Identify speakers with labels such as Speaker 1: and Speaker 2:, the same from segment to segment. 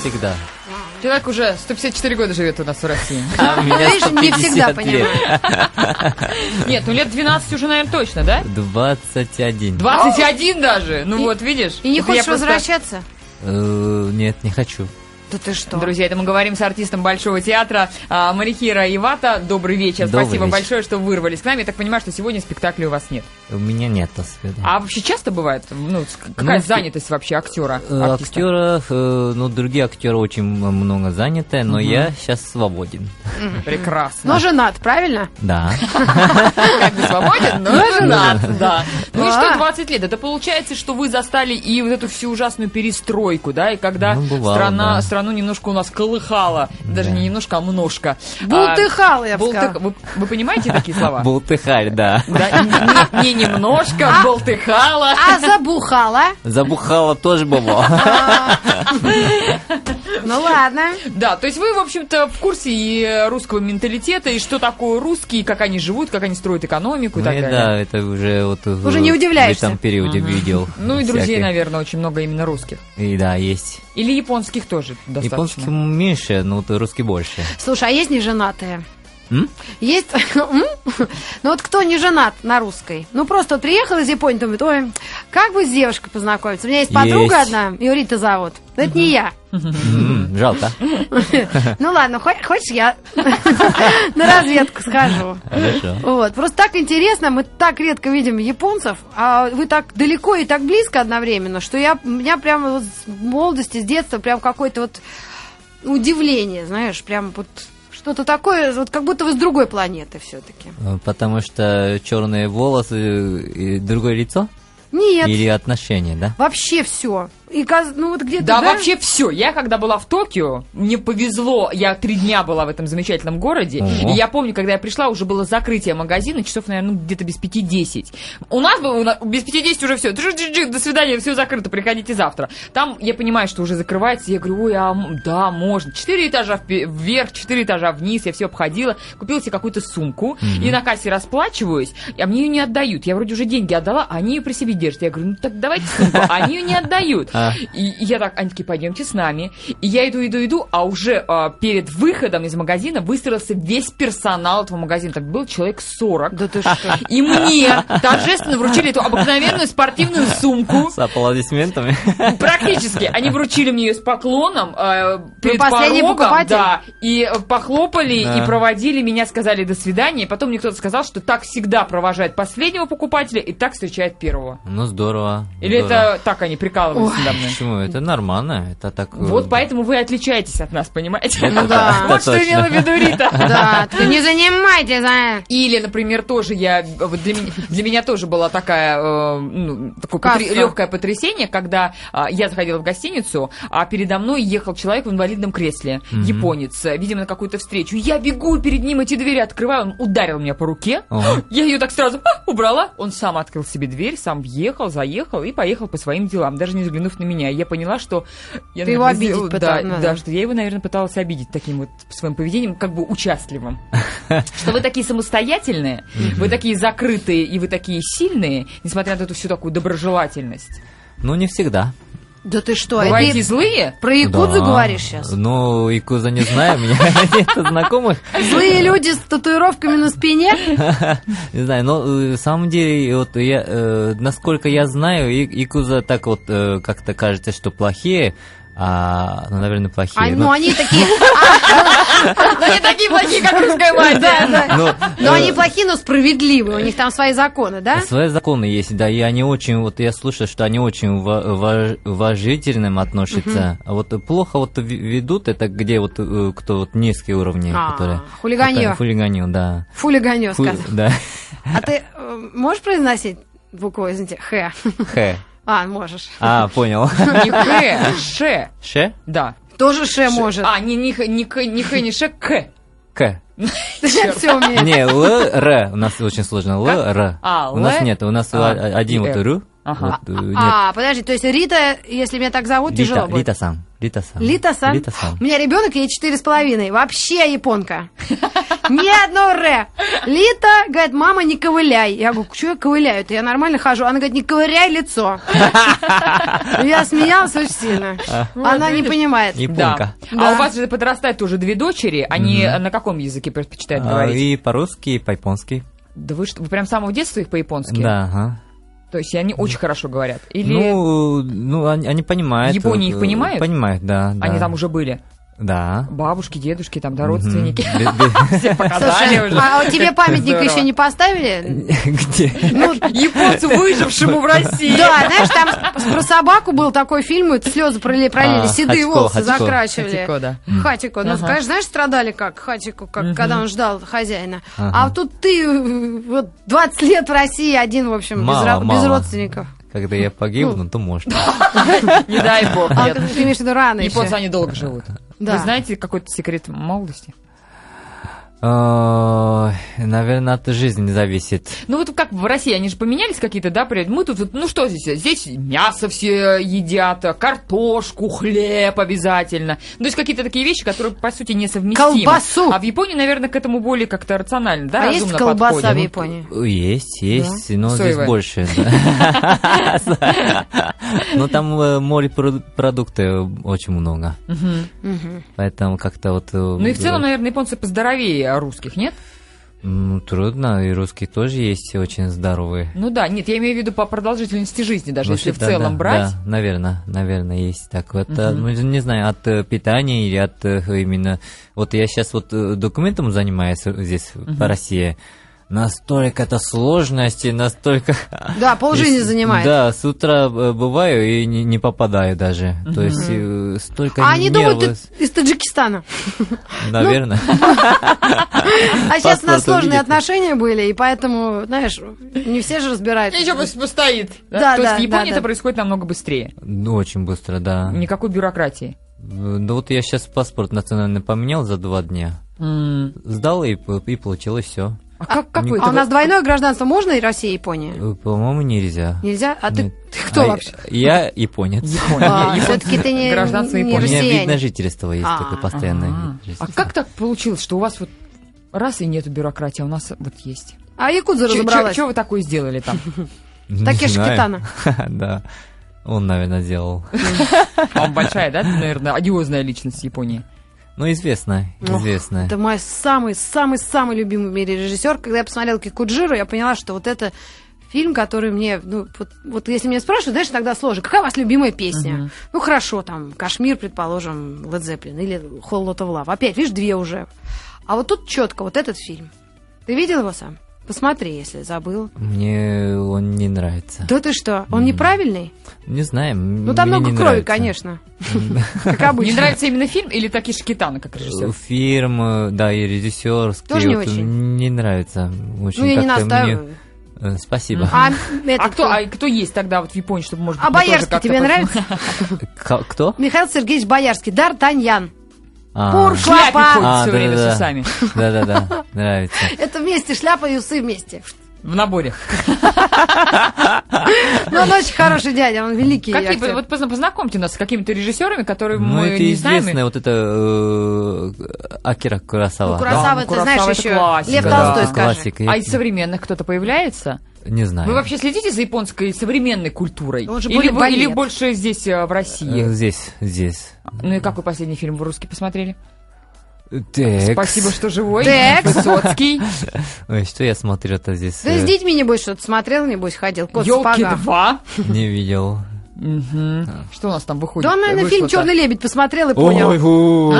Speaker 1: всегда.
Speaker 2: Человек уже 154 года живет у нас в России.
Speaker 1: А у меня
Speaker 3: Видишь, не всегда
Speaker 1: 152.
Speaker 3: понимаю.
Speaker 2: Нет, ну лет 12 уже, наверное, точно, да?
Speaker 1: 21.
Speaker 2: 21 даже! Ну
Speaker 3: И-
Speaker 2: вот, видишь?
Speaker 3: И не
Speaker 2: Это я
Speaker 3: хочешь
Speaker 2: просто-
Speaker 3: возвращаться?
Speaker 1: Э, Нет, не хочу.
Speaker 3: Да ты что?
Speaker 2: Друзья, это мы говорим с артистом Большого театра а, Марихира Ивата. Добрый вечер.
Speaker 1: Добрый
Speaker 2: Спасибо
Speaker 1: вечер.
Speaker 2: большое, что вырвались к нам. Я так понимаю, что сегодня спектакля у вас нет.
Speaker 1: У меня нет свидания.
Speaker 2: А вообще часто бывает? Ну, с- какая
Speaker 1: Ну,
Speaker 2: занятость вообще актера?
Speaker 1: Э,
Speaker 2: артиста?
Speaker 1: Актера, э, ну, другие актеры очень много заняты, но я сейчас свободен.
Speaker 2: Прекрасно.
Speaker 3: Но Ну, женат, правильно?
Speaker 1: Да.
Speaker 2: как бы свободен, но женат, да. Ну и
Speaker 3: Да.
Speaker 2: что, 20 лет? Это получается, что вы застали и вот эту всю ужасную перестройку, да, и когда
Speaker 1: Ну, бывало,
Speaker 2: страна,
Speaker 1: да.
Speaker 2: страну немножко у нас колыхала, даже
Speaker 1: Да.
Speaker 2: не немножко, а множко.
Speaker 3: Бултыхал, я
Speaker 2: А,
Speaker 3: бы
Speaker 2: бултых-
Speaker 3: сказала.
Speaker 2: Вы, вы понимаете такие слова?
Speaker 1: Болтыхарь, да.
Speaker 2: Да, не- не, не немножко, болтыхала.
Speaker 3: А забухала? А.
Speaker 1: Забухало тоже бывало.
Speaker 3: Ну ладно.
Speaker 2: Да, то есть вы, в общем-то, в курсе и русского менталитета, и что такое русские, как они живут, как они строят экономику
Speaker 1: Ну
Speaker 2: и так
Speaker 1: и
Speaker 2: далее.
Speaker 1: да, это уже вот в-
Speaker 3: Уже не
Speaker 1: В
Speaker 3: удивляешься.
Speaker 1: этом периоде видел.
Speaker 2: Ну и друзей,
Speaker 1: всяких.
Speaker 2: наверное, очень много именно русских.
Speaker 1: И да, есть.
Speaker 2: Или японских тоже достаточно.
Speaker 1: Японский меньше, но вот русский больше.
Speaker 3: Слушай, а есть неженатые?
Speaker 1: М?
Speaker 3: Есть? М? Ну вот кто не женат на русской? Ну просто вот приехал из Японии, думает, ой, как бы с девушкой познакомиться? У меня есть подруга
Speaker 1: Есть.
Speaker 3: одна, Юрита зовут. Но это не я.
Speaker 1: М, Жалко.
Speaker 3: Ну ладно, хо- хочешь я на разведку схожу.
Speaker 1: Хорошо.
Speaker 3: Вот, просто так интересно, мы так редко видим японцев, а вы так далеко и так близко одновременно, что я, у меня прямо вот с молодости, с детства прям какое-то вот удивление, знаешь, прям вот что-то такое, вот как будто вы с другой планеты все-таки.
Speaker 1: Э, Потому что черные волосы и другое лицо?
Speaker 3: Нет,
Speaker 1: Или отношения, да?
Speaker 3: вообще все. И, каз- ну вот где-то,
Speaker 2: Да, вообще все. Я когда была в Токио, мне повезло, я три дня была в этом замечательном городе.
Speaker 1: Ого.
Speaker 2: И я помню, когда я пришла, уже было закрытие магазина, часов, наверное, ну, где-то без пяти десять. У нас было у нас- без пяти десять уже все. До свидания, все закрыто, приходите завтра. Там я понимаю, что уже закрывается. Я говорю, ой, а м, да, можно. Четыре этажа впе- вверх, четыре этажа вниз, я все обходила, купила себе какую-то сумку и на кассе расплачиваюсь, а мне ее не отдают. Я вроде уже деньги отдала, а они ее при себе держат. Я говорю, ну так давайте сумку, а они ее не отдают.
Speaker 1: А.
Speaker 2: И и я так, они такие, пойдемте с нами. И я иду, иду, иду, а уже а, перед выходом из магазина выстроился весь персонал этого магазина. Так был человек 40.
Speaker 3: Да ты что?
Speaker 2: И мне торжественно вручили эту обыкновенную спортивную сумку.
Speaker 1: С аплодисментами.
Speaker 2: Практически. Они вручили мне ее с поклоном э, перед
Speaker 3: последний
Speaker 2: порогом.
Speaker 3: покупатель?
Speaker 2: Да. И э, похлопали,
Speaker 1: Да.
Speaker 2: и проводили меня, сказали «до свидания». И потом мне кто-то сказал, что так всегда провожает последнего покупателя и так встречает первого.
Speaker 1: Ну, здорово.
Speaker 2: Или
Speaker 1: здорово.
Speaker 2: это так они прикалывались надо мной?
Speaker 1: Почему? Это нормально. Это так... э,
Speaker 2: Вот поэтому вы отличаетесь от нас, понимаете?
Speaker 3: Ну да.
Speaker 2: Вот что
Speaker 1: точно.
Speaker 2: имела в виду Рита.
Speaker 3: Да, ты не занимайте, да.
Speaker 2: Или, например, тоже я э, вот для меня, для меня тоже была такая э, ну, такое
Speaker 3: Касса.
Speaker 2: легкое потрясение, когда а, я заходила в гостиницу, а передо мной ехал человек в инвалидном кресле, японец, э, видимо на какую-то встречу. Я бегу перед ним эти двери открываю, он ударил меня по руке.
Speaker 1: Ого.
Speaker 2: Я ее так сразу а, убрала. Он сам открыл себе дверь, сам въехал, заехал и поехал по своим делам, даже не заглянув на меня. И Я поняла, что я
Speaker 3: Ты его
Speaker 2: наверное,
Speaker 3: обидеть
Speaker 2: сделала-
Speaker 3: пыталась,
Speaker 2: да,
Speaker 3: ну да.
Speaker 2: да, что я его, наверное, пыталась обидеть таким вот своим поведением, как бы участливым. Что вы такие самостоятельные, вы такие закрытые и вы такие сильные, несмотря на эту всю такую доброжелательность.
Speaker 1: Ну, не всегда.
Speaker 3: Да ты что, это
Speaker 2: Бываете
Speaker 3: ты
Speaker 2: злые?
Speaker 3: про Якудзу
Speaker 1: Да.
Speaker 3: говоришь сейчас?
Speaker 1: Ну, Якуза не знаю, у меня нет знакомых.
Speaker 3: Злые люди с татуировками на спине?
Speaker 1: Не знаю, но э, на самом деле, вот я, э, насколько я знаю, и- Якуза так вот э, как-то кажется, что плохие, а, ну, наверное, плохие.
Speaker 3: А,
Speaker 1: Ну,
Speaker 3: ну они такие, а, ну,
Speaker 2: Они такие плохие, как русская мать.
Speaker 3: да, да.
Speaker 1: ну,
Speaker 3: Но
Speaker 1: э,
Speaker 3: они плохие, но справедливые. У них там свои законы,
Speaker 2: А?
Speaker 3: да?
Speaker 1: Свои законы есть, да, и они очень, вот я слышал, что они очень ува- уваж- уважительным относятся. А вот э, плохо вот ви- ведут, это где вот э, кто вот низкие уровни,
Speaker 3: А,
Speaker 1: которые...
Speaker 3: хулиганье.
Speaker 1: которые Хулиганье, да.
Speaker 3: Фулиганё,
Speaker 1: Ху-
Speaker 3: сказал.
Speaker 1: Да,
Speaker 3: А ты э, можешь произносить букву, извините, Х?
Speaker 1: хэ.
Speaker 3: А, можешь.
Speaker 1: А, понял.
Speaker 2: Не Х, Ш.
Speaker 1: Ше?
Speaker 2: Да.
Speaker 3: Тоже Ш может.
Speaker 2: А, не, не, Х, не, К, не Х, не Ш, К.
Speaker 1: К.
Speaker 3: Все умеешь.
Speaker 1: Не, Л, Р. У нас очень сложно. Л, Р.
Speaker 2: А,
Speaker 1: У нас
Speaker 2: Л,
Speaker 1: нет, у нас
Speaker 2: А,
Speaker 1: один
Speaker 2: и
Speaker 1: вот
Speaker 2: Р.
Speaker 1: Ру.
Speaker 2: Ага. А,
Speaker 1: вот, э, нет.
Speaker 3: А, подожди, то есть Рита, если меня так зовут, тяжело
Speaker 1: Рита,
Speaker 3: будет.
Speaker 1: Рита сам. Лита-сан.
Speaker 3: Лита-сан.
Speaker 1: Лита-сан.
Speaker 3: У меня ребенок, ей четыре с половиной. Вообще японка. Ни одно ре. Лита говорит, мама, не ковыляй. Я говорю, что я ковыляю-то? Я нормально хожу. Она говорит, не ковыряй лицо. Я смеялась очень сильно. Она не
Speaker 2: видишь?
Speaker 3: понимает.
Speaker 1: Японка.
Speaker 2: А
Speaker 3: Да.
Speaker 2: у вас же подрастают тоже две дочери. Они э, на каком языке предпочитают
Speaker 1: А,
Speaker 2: говорить?
Speaker 1: И по-русски, и по-японски.
Speaker 2: Да вы что, вы прям с самого детства их по-японски?
Speaker 1: Да, ага.
Speaker 2: То есть они очень хорошо говорят? Или
Speaker 1: Ну, э, ну, они, они понимают.
Speaker 2: В Японии
Speaker 1: э,
Speaker 2: их понимают?
Speaker 1: Понимают, да.
Speaker 2: они
Speaker 1: да.
Speaker 2: там уже были?
Speaker 1: Да.
Speaker 2: Бабушки, дедушки, там, да,
Speaker 1: Мгм.
Speaker 2: родственники.
Speaker 1: Бе- бе-
Speaker 2: Все показали
Speaker 3: Слушай,
Speaker 2: уже.
Speaker 3: а тебе памятник
Speaker 2: Здорово.
Speaker 3: еще не поставили?
Speaker 1: Где?
Speaker 3: Ну,
Speaker 2: Японцу, выжившему в России.
Speaker 3: Да, знаешь, там про собаку был такой фильм, и слезы пролили, пролили,
Speaker 1: А,
Speaker 3: седые
Speaker 1: Хатико,
Speaker 3: волосы
Speaker 1: Хатико.
Speaker 3: закрачивали.
Speaker 2: да.
Speaker 3: Хатико. Ну,
Speaker 2: Ага.
Speaker 3: конечно, знаешь, страдали как Хатико, как,
Speaker 2: Мгм.
Speaker 3: когда он ждал хозяина.
Speaker 1: Ага.
Speaker 3: А тут ты э, вот 20 лет в России один, в общем, без
Speaker 1: Мало,
Speaker 3: ро- без,
Speaker 1: мало.
Speaker 3: родственников.
Speaker 1: Когда я
Speaker 2: Ну.
Speaker 1: погибну, то можно.
Speaker 2: Не дай бог,
Speaker 3: А,
Speaker 2: нет.
Speaker 3: ты имеешь в виду рано А
Speaker 2: Японцы,
Speaker 3: еще.
Speaker 2: они долго живут.
Speaker 3: Да.
Speaker 2: Вы знаете какой-то секрет молодости?
Speaker 1: Ой, Наверное, А, от жизни зависит.
Speaker 2: Ну вот как в России, они же поменялись какие-то, да, привет? Мы тут, вот, ну что здесь? Здесь мясо все едят, картошку, хлеб обязательно. Ну, то есть какие-то такие вещи, которые, по сути, несовместимы.
Speaker 3: Колбасу!
Speaker 2: А в Японии, наверное, к этому более как-то рационально, да,
Speaker 3: А есть
Speaker 2: разумно Ну,
Speaker 3: колбаса в
Speaker 2: подходят.
Speaker 3: Японии?
Speaker 1: Есть, есть, но
Speaker 2: Соевая.
Speaker 1: здесь больше. да. Но там э, морепродукты очень много.
Speaker 2: Мгм.
Speaker 3: Мгм.
Speaker 1: Поэтому как-то вот... э,
Speaker 2: Ну и в целом, наверное, японцы поздоровее русских, нет?
Speaker 1: ну, Трудно, и русские тоже есть очень здоровые.
Speaker 2: Ну да, нет, я имею в виду по продолжительности жизни, даже
Speaker 3: Ну,
Speaker 2: если
Speaker 1: Вообще,
Speaker 2: в
Speaker 1: да,
Speaker 2: целом
Speaker 1: Ну, да,
Speaker 2: брать.
Speaker 1: Да, наверное, наверное, есть так. Вот,
Speaker 2: Мгм.
Speaker 1: ну, не знаю, от э, питания или от э, именно... Вот я сейчас вот э, документом занимаюсь э, здесь, по России. Настолько это сложности, настолько...
Speaker 3: Да, полжизни
Speaker 1: А, Если-
Speaker 3: занимает.
Speaker 1: Да, с утра э, бываю и не, не попадаю даже. То есть э, столько
Speaker 3: А они думают,
Speaker 1: нервов,
Speaker 3: ты из Таджикистана.
Speaker 2: ну
Speaker 1: наверное.
Speaker 3: А сейчас у нас
Speaker 1: Паспорт увидит.
Speaker 3: сложные отношения были, и поэтому, знаешь, не все же разбираются.
Speaker 2: Еще пусть постоит.
Speaker 3: Да,
Speaker 2: То есть
Speaker 3: да,
Speaker 2: в Японии
Speaker 3: да,
Speaker 2: это
Speaker 3: да.
Speaker 2: происходит намного быстрее.
Speaker 1: Ну, очень быстро, да.
Speaker 2: Никакой бюрократии.
Speaker 1: Э, Да вот я сейчас паспорт национальный поменял за два дня.
Speaker 2: М.
Speaker 1: Сдал и, п- и получилось все.
Speaker 2: А как, как вы
Speaker 3: А
Speaker 2: это-
Speaker 3: у нас двойное гражданство можно и Россия, и Япония?
Speaker 1: Э, По-моему, нельзя.
Speaker 3: Нельзя? А ты,
Speaker 1: Нет.
Speaker 3: ты кто
Speaker 1: А
Speaker 3: вообще?
Speaker 1: Я я японец.
Speaker 2: Япония.
Speaker 3: все-таки ты не,
Speaker 2: Гражданство
Speaker 3: не
Speaker 1: У меня
Speaker 3: россиянин.
Speaker 1: вид на жительство есть
Speaker 3: А,
Speaker 1: такой постоянный
Speaker 2: Ага.
Speaker 1: вид на
Speaker 2: А
Speaker 1: жительство.
Speaker 2: как так получилось, что у вас вот раз и нету бюрократии, а у нас вот есть?
Speaker 3: А якудза разобралась.
Speaker 2: Что вы такое сделали там?
Speaker 1: Не
Speaker 3: Такеши
Speaker 1: знаю.
Speaker 3: Китана.
Speaker 1: Да. Он, наверное, делал.
Speaker 2: А он большая, да, наверное, одиозная личность Японии.
Speaker 1: Ну, известно,
Speaker 3: Ох,
Speaker 1: известно.
Speaker 3: Это мой самый-самый-самый любимый в мире режиссер. Когда я посмотрела Кикуджиру, я поняла, что вот это фильм, который мне... Ну, вот, вот если меня спрашивают, знаешь, тогда сложно. Какая у вас любимая песня?
Speaker 2: Мгм.
Speaker 3: Ну, хорошо, там, «Кашмир», предположим, «Лед Зеппелин» или «Whole Lot of Love». Опять, видишь, две уже. А вот тут четко вот этот фильм. Ты видел его сам? Посмотри, если забыл.
Speaker 1: Мне он не нравится.
Speaker 3: Да ты что, он неправильный?
Speaker 1: Не знаю.
Speaker 3: Ну, там много крови, конечно. Как обычно.
Speaker 2: Не нравится именно фильм или Такиши Китана как режиссер?
Speaker 1: Фирма, Э, да, и режиссерский.
Speaker 3: Тоже не
Speaker 1: вот,
Speaker 3: очень.
Speaker 1: Не нравится. Очень
Speaker 3: Ну, я не
Speaker 1: как-то
Speaker 3: настаиваю.
Speaker 1: мне- Э, Спасибо.
Speaker 3: А, этот
Speaker 2: А
Speaker 3: кто?
Speaker 2: кто, а кто есть тогда вот в Японии, чтобы, может быть,
Speaker 3: А
Speaker 2: мы тоже
Speaker 3: Боярский
Speaker 2: как-то
Speaker 3: тебе
Speaker 2: посмотрим?
Speaker 3: нравится?
Speaker 1: Ка- Кто?
Speaker 3: Михаил Сергеевич Боярский, Д'Артаньян.
Speaker 1: А,
Speaker 3: Пур.
Speaker 2: В шляпе
Speaker 3: Клопа.
Speaker 2: ходит
Speaker 1: А,
Speaker 2: все
Speaker 1: да,
Speaker 2: время
Speaker 1: да,
Speaker 2: с
Speaker 1: да.
Speaker 2: усами.
Speaker 1: Да-да-да, нравится.
Speaker 3: Это вместе шляпа и усы вместе.
Speaker 2: В наборе.
Speaker 3: Но Ну, он очень хороший дядя, он великий
Speaker 2: Какие,
Speaker 3: актер.
Speaker 2: вот позна- познакомьте нас с какими-то режиссерами, которые
Speaker 1: Ну,
Speaker 2: мы
Speaker 1: это
Speaker 2: не знаем.
Speaker 1: известная вот это э, Акира
Speaker 3: Ну,
Speaker 1: Курасава.
Speaker 3: Куросава,
Speaker 2: Да,
Speaker 3: ты
Speaker 2: Куросава
Speaker 3: знаешь
Speaker 2: это
Speaker 3: еще.
Speaker 2: классика,
Speaker 3: Лев
Speaker 2: да.
Speaker 3: Толстой,
Speaker 2: Да,
Speaker 3: скажи.
Speaker 1: классик.
Speaker 2: А из современных кто-то появляется?
Speaker 1: Не знаю.
Speaker 2: Вы вообще следите за японской современной культурой?
Speaker 3: Он же
Speaker 2: или,
Speaker 3: более
Speaker 2: вы- или
Speaker 3: балет.
Speaker 2: больше здесь, э, в
Speaker 1: Э,
Speaker 2: России?
Speaker 1: Здесь, здесь.
Speaker 2: Ну и какой последний фильм вы русский посмотрели?
Speaker 1: Текс.
Speaker 2: Спасибо, что живой.
Speaker 3: Текс.
Speaker 2: Высоцкий.
Speaker 1: Ой, что я смотрю-то здесь?
Speaker 3: Ты
Speaker 1: э,
Speaker 3: с детьми, небось, что-то смотрел, небось, ходил. Кот в
Speaker 2: Елки
Speaker 3: сапогах.
Speaker 2: 2.
Speaker 1: Не видел.
Speaker 2: Мгм. Что у нас там выходит?
Speaker 3: Да он, наверное,
Speaker 2: Вышло-то?
Speaker 3: фильм «Черный лебедь» посмотрел и
Speaker 1: Ой,
Speaker 3: понял.
Speaker 1: у.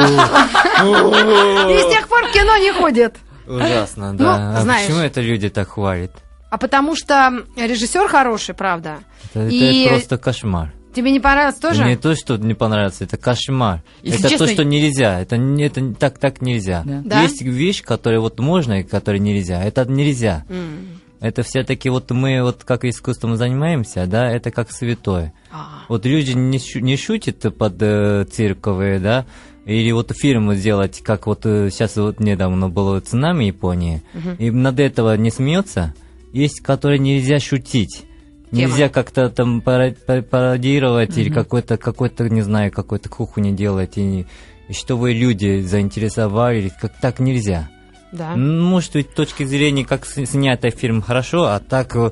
Speaker 3: И с тех пор в кино не ходит.
Speaker 1: Ужасно,
Speaker 3: Ну,
Speaker 1: да. А
Speaker 3: знаешь.
Speaker 1: почему это люди так хвалят?
Speaker 3: А потому что режиссер хороший, правда.
Speaker 1: Это, это
Speaker 3: И-
Speaker 1: просто кошмар.
Speaker 3: Тебе не понравилось тоже?
Speaker 1: Не то, что не понравится, это кошмар.
Speaker 2: Если
Speaker 1: это
Speaker 2: честно,
Speaker 1: то, что нельзя. Это, не- это не- так, так нельзя.
Speaker 2: Да.
Speaker 3: Да?
Speaker 1: Есть вещь, которая вот можно и которая нельзя. Это нельзя.
Speaker 3: М.
Speaker 1: Это все-таки вот мы вот как искусством занимаемся, да, это как святое.
Speaker 3: А.
Speaker 1: Вот люди не, щу- не шутят под э, цирковые, да, или вот фильмы делать, как вот сейчас вот недавно было цунами в Японии, и над этого не смеется. Есть, которые нельзя шутить.
Speaker 3: тема.
Speaker 1: Нельзя как-то там пара- пар- пародировать или
Speaker 2: Мгм.
Speaker 1: какой-то, какой-то, не знаю, какой-то куху не делать. И, не- и что вы люди заинтересовали, как так нельзя.
Speaker 3: Да.
Speaker 1: Ну, Может быть, с точки зрения, как с- снят этот фильм, хорошо, а так э,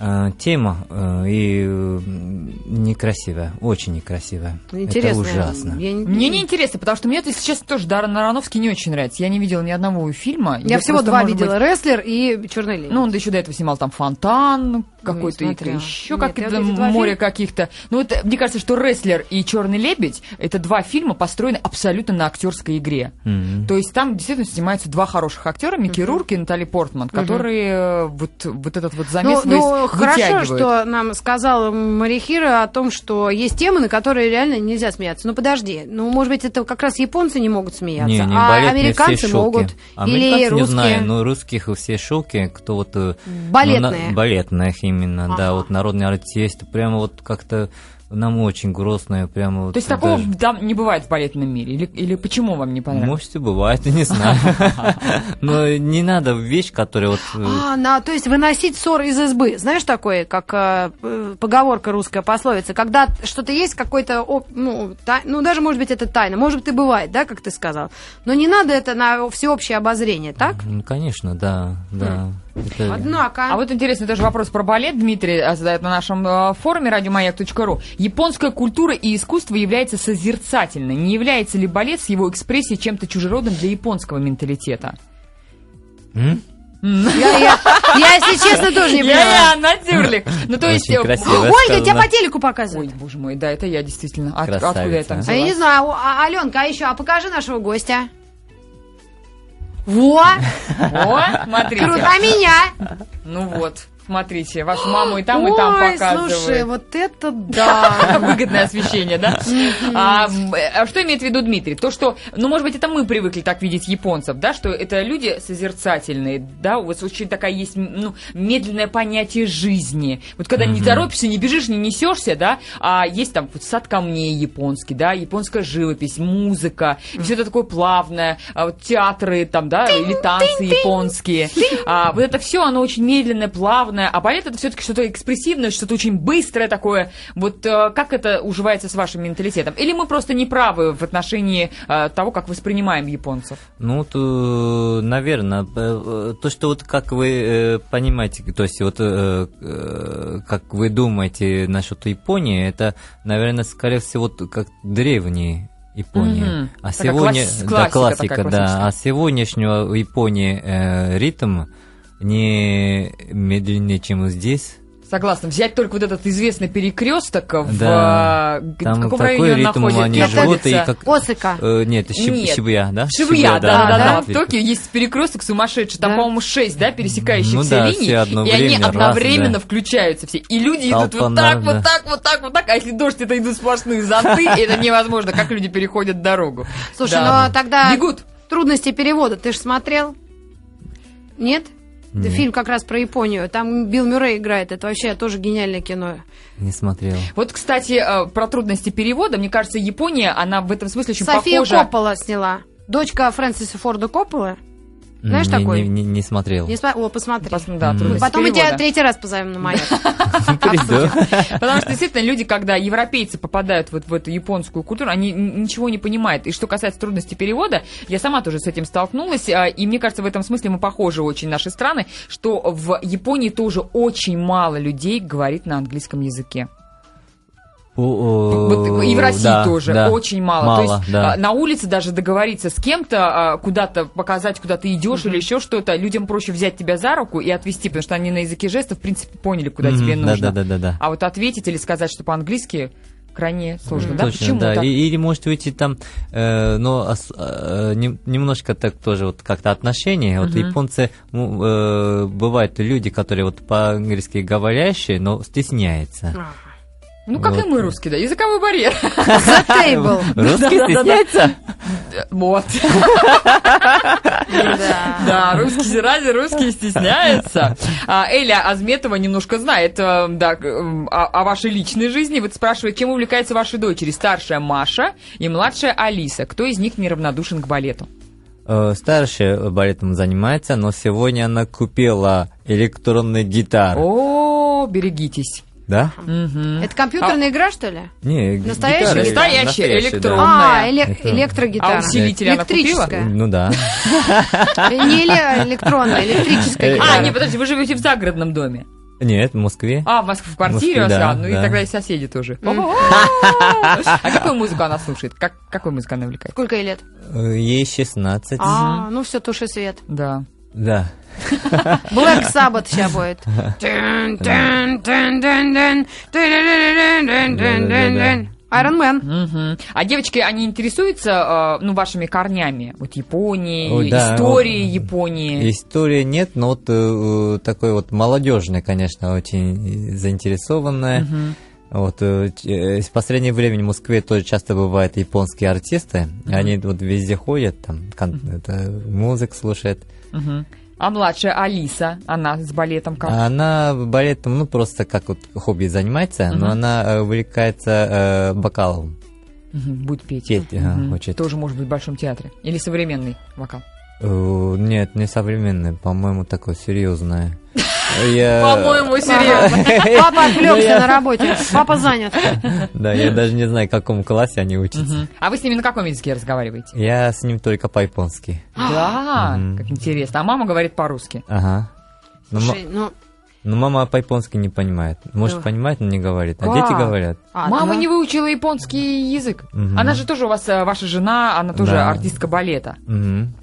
Speaker 1: э, тема э, и э, некрасивая, очень некрасивая.
Speaker 3: Интересно.
Speaker 1: Это ужасно.
Speaker 3: Я, не-
Speaker 2: Мне не интересно, потому что мне, если честно, тоже Даррен Аронофский не очень нравится. Я не видела ни одного его фильма.
Speaker 3: Я всего
Speaker 2: просто,
Speaker 3: два
Speaker 2: может
Speaker 3: видела. Рестлер и Черный
Speaker 2: быть,
Speaker 3: лебедь.
Speaker 2: Ну, он еще до этого снимал там фонтан какой-то, и
Speaker 3: смотрела.
Speaker 2: еще
Speaker 3: Нет, я
Speaker 2: какие-то
Speaker 3: вот эти два
Speaker 2: море
Speaker 3: фильма-
Speaker 2: каких-то. Ну, это, мне кажется, что «Рестлер» и «Черный лебедь» — это два фильма, построены абсолютно на актерской игре.
Speaker 1: Мгм.
Speaker 2: То есть там действительно снимаются два хороших актера, Микки Рурк и Натали Портман, которые э, вот, вот этот вот
Speaker 3: Ну,
Speaker 2: замес
Speaker 3: ну,
Speaker 2: вы-
Speaker 3: хорошо,
Speaker 2: вытягивают.
Speaker 3: что нам сказала Марихира о том, что есть темы, на которые реально нельзя смеяться. Ну подожди, ну может быть это как раз японцы не могут смеяться,
Speaker 1: Не, не,
Speaker 3: а
Speaker 1: балет, не все
Speaker 3: американцы
Speaker 1: шоки.
Speaker 3: могут
Speaker 1: Американцы,
Speaker 3: или русские
Speaker 1: не знаю, но русских все шоки, кто вот... э,
Speaker 3: балетные.
Speaker 1: Ну, на- балетных именно, да,
Speaker 3: Ага.
Speaker 1: вот народный артист, прямо вот как-то нам очень грустно, прямо вот...
Speaker 2: То есть такого
Speaker 1: даже-
Speaker 2: там не бывает в балетном мире? Или, или почему вам не понравилось?
Speaker 1: Может, и бывает, не знаю. Но не надо вещь, которая вот... э,
Speaker 3: А, на, то есть выносить ссор из избы. Знаешь такое, как э, э, поговорка русская, пословица, когда т- что-то есть, какой-то, оп- ну, та- ну, даже, может быть, это тайна, может быть, и бывает, да, как ты сказал. Но не надо это на всеобщее обозрение, так?
Speaker 1: ну, Конечно, да, да. Это-
Speaker 3: Однако...
Speaker 2: А вот интересный тоже вопрос про балет Дмитрий э, задает на нашем э, форуме радиомаяк.ру. Японская культура и искусство является созерцательной. Не является ли балет с его экспрессией чем-то чужеродным для японского менталитета?
Speaker 1: М?
Speaker 3: я, я- я, если честно, тоже не понимаю.
Speaker 2: Я, я, Надюрлик. Ну, то есть...
Speaker 1: Очень
Speaker 2: э,
Speaker 1: красиво
Speaker 3: Ольга, тебя
Speaker 1: сказано.
Speaker 3: по телеку
Speaker 2: Ой,
Speaker 3: показывают.
Speaker 2: боже мой, да, это я действительно. От-
Speaker 1: Красавица,
Speaker 2: откуда я там
Speaker 1: а?
Speaker 3: А я
Speaker 2: взялась?
Speaker 3: не знаю, а- а- Аленка, а еще, а покажи нашего гостя. Во,
Speaker 2: О, смотрите.
Speaker 3: круто меня.
Speaker 2: Ну вот, смотрите, вашу маму и там, и там
Speaker 3: Ой,
Speaker 2: показывают.
Speaker 3: слушай, вот это да.
Speaker 2: Выгодное освещение, да? А, м, а что имеет в виду Дмитрий? То, что, ну, может быть, это мы привыкли так видеть японцев, да, что это люди созерцательные, да, у вас очень такая есть, м, ну, медленное понятие жизни. Вот когда не
Speaker 1: Мгм.
Speaker 2: торопишься, не бежишь, не несешься, да, а есть там вот сад камней японский, да, японская живопись, музыка, и все это такое плавное, а вот театры там, да, или танцы японские. А, вот это все, оно очень медленное, плавное, а балет это все-таки что-то экспрессивное, что-то очень быстрое такое. Вот э, как это уживается с вашим менталитетом? Или мы просто не правы в отношении э, того, как воспринимаем японцев?
Speaker 1: Ну, вот, наверное, э, то, что вот как вы э, понимаете, то есть вот э, э, как вы думаете насчет Японии, это, наверное, скорее всего, т- как древние Японии.
Speaker 2: Мгм.
Speaker 1: А
Speaker 2: Такая
Speaker 1: сегодня,
Speaker 2: класс-
Speaker 1: да,
Speaker 2: классика
Speaker 1: классика,
Speaker 2: такая
Speaker 1: да.
Speaker 2: классическая.
Speaker 1: А сегодняшнего в Японии э, ритм не медленнее, чем здесь.
Speaker 2: Согласна. Взять только вот этот известный перекресток в,
Speaker 1: Да.
Speaker 2: э, г- в
Speaker 1: Там
Speaker 2: каком
Speaker 1: такой
Speaker 2: районе он
Speaker 1: ритм
Speaker 2: находит-
Speaker 1: они
Speaker 2: находится?
Speaker 1: живут и как.
Speaker 3: Осыка.
Speaker 1: э, нет, Шиб-
Speaker 2: Нет.
Speaker 1: Шибуя, да?
Speaker 2: Шибуя, да, да, да, В
Speaker 1: Африка.
Speaker 2: Токио есть перекресток сумасшедший. Там,
Speaker 3: Да.
Speaker 2: по-моему, шесть, да, пересекающихся
Speaker 1: Ну да,
Speaker 2: линий.
Speaker 1: все
Speaker 2: и они
Speaker 1: одновременно, раз,
Speaker 2: одновременно
Speaker 1: да.
Speaker 2: включаются все. И люди идут
Speaker 1: Толпа
Speaker 2: вот так,
Speaker 1: народа.
Speaker 2: вот так, вот так, вот так. А если дождь, это идут сплошные зонты, и это невозможно. Как люди переходят дорогу.
Speaker 3: Слушай,
Speaker 2: Да.
Speaker 3: ну а тогда
Speaker 2: Бегут.
Speaker 3: трудности перевода ты же смотрел? Нет? Это
Speaker 1: Нет.
Speaker 3: Фильм как раз про Японию. Там Билл Мюррей играет. Это вообще тоже гениальное кино.
Speaker 1: Не смотрел.
Speaker 2: Вот, кстати, э, про трудности перевода. Мне кажется, Япония, она в этом смысле очень
Speaker 3: София
Speaker 2: похожа.
Speaker 3: Коппола сняла. Дочка Фрэнсиса Форда Коппола. Знаешь
Speaker 1: Не-
Speaker 3: такой?
Speaker 1: Не, не- не смотрел.
Speaker 3: Не спа- О, посмотри.
Speaker 2: Пос- да,
Speaker 1: Мгм.
Speaker 2: трудности
Speaker 3: Потом мы тебя
Speaker 2: перевода.
Speaker 3: третий раз позовем на маяк.
Speaker 1: Приду.
Speaker 2: Потому что, действительно, люди, когда европейцы попадают вот в эту японскую культуру, они н- ничего не понимают. И что касается трудностей перевода, я сама тоже с этим столкнулась. а, И мне кажется, в этом смысле мы похожи очень наши страны, что в Японии тоже очень мало людей говорит на английском языке.
Speaker 1: У-
Speaker 2: Вот и в России
Speaker 1: Э, да,
Speaker 2: тоже
Speaker 1: да.
Speaker 2: очень мало. То есть
Speaker 1: да.
Speaker 2: а, на улице даже договориться с кем-то, а, куда-то показать, куда ты идешь или еще что-то, людям проще взять тебя за руку и отвести, потому что они на языке жестов, в принципе, поняли, куда
Speaker 1: Мгм,
Speaker 2: тебе нужно.
Speaker 1: Да, да, да, да.
Speaker 2: А вот ответить или сказать, что по-английски крайне сложно, да?
Speaker 1: Точно,
Speaker 2: Почему
Speaker 1: да.
Speaker 2: так?
Speaker 1: И- или может выйти там, э, но ос- э, нем- немножко так тоже вот как-то отношения. Вот
Speaker 2: Мгм.
Speaker 1: японцы ну, э, бывают люди, которые вот по-английски говорящие, но стесняются.
Speaker 2: Ну, как
Speaker 1: Вот.
Speaker 2: и мы, русские, да, языковой барьер.
Speaker 3: The Table.
Speaker 1: Русские стесняются?
Speaker 2: Вот.
Speaker 3: Да.
Speaker 2: Да, русский ради русский стесняется. А, Эля Азметова немножко знает э, да, к- м, о, о вашей личной жизни. Вот спрашивает, чем увлекается ваши дочери? Старшая Маша и младшая Алиса. Кто из них неравнодушен к балету?
Speaker 1: Э, Старшая балетом занимается, но сегодня она купила электронную гитару.
Speaker 2: О, О, берегитесь.
Speaker 1: Да?
Speaker 2: Мгм.
Speaker 3: Это компьютерная игра, что ли?
Speaker 1: Не,
Speaker 3: Настоящая?
Speaker 1: гитара.
Speaker 2: Настоящая,
Speaker 1: Настоящая,
Speaker 2: электронная.
Speaker 1: да.
Speaker 3: А,
Speaker 2: Умная.
Speaker 3: эле-
Speaker 1: Это-
Speaker 3: электрогитара.
Speaker 2: А усилитель она купила?
Speaker 3: Электрическая. Э,
Speaker 1: Ну да.
Speaker 3: Не эле- электронная, электрическая
Speaker 1: Э,
Speaker 2: А,
Speaker 1: Да.
Speaker 2: не,
Speaker 3: гитара.
Speaker 2: подожди, вы живете в загородном доме.
Speaker 1: Нет, в Москве.
Speaker 2: А, в Москве в квартире
Speaker 1: Москве,
Speaker 2: у вас,
Speaker 1: да,
Speaker 2: а, ну и
Speaker 1: да.
Speaker 2: тогда и соседи тоже.
Speaker 3: Мгм.
Speaker 2: А какую музыку она слушает? Как, какую музыку она увлекает?
Speaker 3: Сколько ей лет?
Speaker 2: А.
Speaker 1: Э, Ей 16.
Speaker 3: А, ну все, туши свет.
Speaker 2: Да.
Speaker 1: Да.
Speaker 3: Black Sabbath сейчас будет. Тын, тын, тын, тын, тын, тын, тын, тын, тын, тын. Iron Man.
Speaker 2: Мгм. А девочки, они интересуются, э, ну, вашими корнями? Вот Японии,
Speaker 1: Ой, да,
Speaker 2: истории
Speaker 1: вот.
Speaker 2: Японии.
Speaker 1: История нет, но вот э, такой вот молодежный, конечно, очень заинтересованная.
Speaker 2: Мгм.
Speaker 1: Вот э, ч- э, в последнее время в Москве тоже часто бывают японские артисты. Они вот везде ходят, там кон- это, музыку слушают.
Speaker 2: Мгм. А младшая Алиса, она с балетом как?
Speaker 1: А Она балетом, ну просто как вот хобби занимается, но
Speaker 2: Мгм.
Speaker 1: она э, увлекается э, бокалом.
Speaker 2: Мгм, Будет петь.
Speaker 1: Петь, ага,
Speaker 2: Мгм.
Speaker 1: хочет.
Speaker 2: Тоже может быть в Большом театре. Или современный вокал.
Speaker 1: Э, нет, не современный, по-моему, такое серьезное. Я- а,
Speaker 3: Папа отвлекся
Speaker 1: я-
Speaker 3: на работе. Папа занят.
Speaker 1: Да, я даже не знаю, в каком классе они учатся.
Speaker 2: Мгм. А вы с ними на каком языке разговариваете?
Speaker 1: Я с ним только по-японски.
Speaker 2: Да,
Speaker 1: Мгм.
Speaker 2: как интересно. А мама говорит по-русски.
Speaker 1: Ага. Но, ма-
Speaker 3: Слушай, ну,
Speaker 1: но мама по-японски не понимает. Может,
Speaker 3: Да.
Speaker 1: понимает, но не говорит. А
Speaker 2: Как?
Speaker 1: дети говорят.
Speaker 3: а,
Speaker 2: Мама
Speaker 3: ну.
Speaker 2: не выучила японский язык.
Speaker 1: Мгм.
Speaker 2: Она же тоже у вас, э, ваша жена, она тоже
Speaker 1: Да.
Speaker 2: артистка балета.
Speaker 1: Мгм.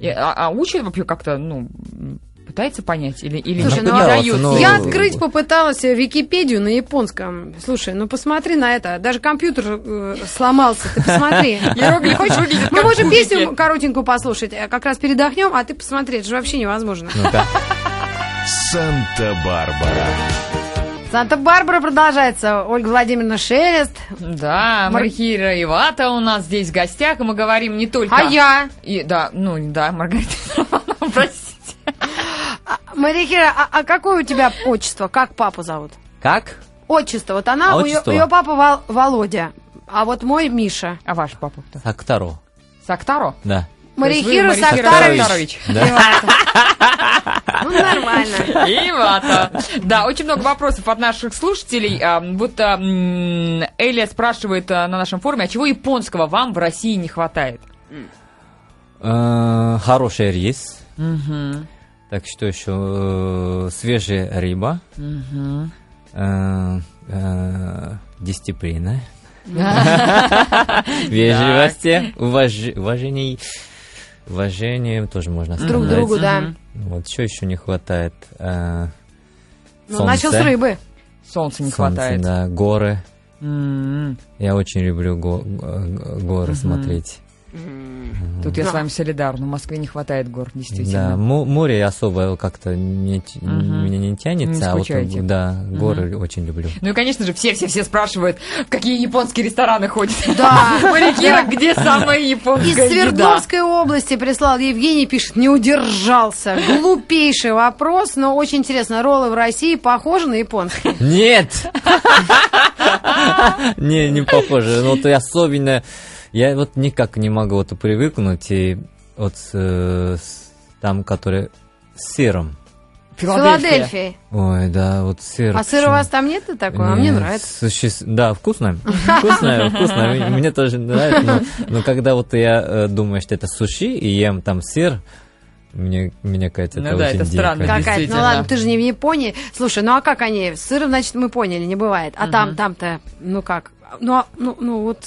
Speaker 2: И- а, а учит вообще как-то, ну, м, пытается понять или, или
Speaker 3: Слушай,
Speaker 2: не
Speaker 3: ну, а-
Speaker 2: дается?
Speaker 1: ну,
Speaker 3: Я
Speaker 1: Ну,
Speaker 3: открыть попыталась э, Википедию на японском. Слушай, ну посмотри на это. Даже компьютер э, сломался. Ты посмотри.
Speaker 2: Иероглифы выглядят
Speaker 3: Мы
Speaker 2: как
Speaker 3: можем
Speaker 2: кубики.
Speaker 3: песню коротенькую послушать. э, Как раз передохнем, а ты посмотри. Это же вообще невозможно.
Speaker 1: Ну-ка.
Speaker 4: Санта-Барбара.
Speaker 3: Санта-Барбара продолжается. Ольга Владимировна Шелест.
Speaker 2: Да,
Speaker 3: Мар-
Speaker 2: Мархира Ивата у нас здесь в гостях, и мы говорим не только...
Speaker 3: А я?
Speaker 2: И, да, ну, да, Маргарита Ивановна, простите.
Speaker 3: Марихира, а, а какое у тебя отчество? Как папу зовут?
Speaker 1: Как?
Speaker 3: Отчество. Вот она,
Speaker 1: А
Speaker 3: у, ее,
Speaker 1: отчество?
Speaker 3: папа Вал- Володя. А вот мой Миша.
Speaker 2: А ваш папа кто?
Speaker 1: Актаро.
Speaker 2: Сактаро?
Speaker 1: да.
Speaker 3: Марихира
Speaker 2: То есть вы Марихира
Speaker 3: Сактарович.
Speaker 2: Сактарович.
Speaker 1: Да.
Speaker 3: Ну, нормально.
Speaker 2: Ивата. Да, очень много вопросов от наших слушателей. А, Вот а, м, Эля спрашивает а, на нашем форуме, а чего японского вам в России не хватает?
Speaker 1: Э, Хороший рис.
Speaker 2: Мгм.
Speaker 1: Так что еще? э, Свежая рыба.
Speaker 2: Мгм.
Speaker 1: э, э, Дисциплина.
Speaker 2: Да.
Speaker 1: Вежливости. уваж- Уважение. Уважением тоже можно
Speaker 3: Друг
Speaker 1: сказать.
Speaker 3: другу, да.
Speaker 2: Мгм.
Speaker 1: Вот что еще не хватает? Э,
Speaker 3: Ну,
Speaker 1: солнце.
Speaker 3: начал с рыбы.
Speaker 2: Солнца не
Speaker 1: Солнце,
Speaker 2: хватает. М-м-м.
Speaker 1: да, горы.
Speaker 2: Мгм.
Speaker 1: Я очень люблю го- г- г- горы смотреть.
Speaker 2: Тут я с вами солидарна. В Москве не хватает гор,
Speaker 1: Да,
Speaker 2: действительно.
Speaker 1: мо- море особо как-то не т-
Speaker 2: Мгм.
Speaker 1: меня не тянется,
Speaker 2: Не
Speaker 1: а вот
Speaker 2: скучаете.
Speaker 1: да, горы очень люблю.
Speaker 2: Ну и, конечно же, все-все-все спрашивают, в какие японские рестораны ходят.
Speaker 3: Да.
Speaker 2: Марикира, где самая
Speaker 3: Из
Speaker 2: японская еда?
Speaker 3: Свердловской области прислал Евгений, пишет, не удержался. Глупейший вопрос, но очень интересно. Роллы в России похожи на японские?
Speaker 1: Нет! Не, не похоже. Ну, вот и особенно... Я вот никак не могу вот привыкнуть и вот с, э, с- там, который с сыром.
Speaker 3: Филадельфия.
Speaker 1: Ой, да, вот сыр.
Speaker 3: А сыра у вас там нет такого? А мне
Speaker 1: Нет,
Speaker 3: нравится.
Speaker 1: суще- Да, вкусно. Вкусно, вкусно. Мне- Мне тоже нравится. Но, но когда вот я э, думаю, что это суши и ем там сыр, мне, мне кажется,
Speaker 2: Ну
Speaker 1: это
Speaker 2: да,
Speaker 1: очень
Speaker 2: это
Speaker 1: дико.
Speaker 2: странно.
Speaker 1: Здесь-
Speaker 3: Какая-то, ну
Speaker 2: Действительно.
Speaker 3: ладно, ты же не в Японии. Слушай, ну а как они? Сыр, значит, мы поняли, не бывает. А там, там-то, ну как? Ну, а- ну, ну вот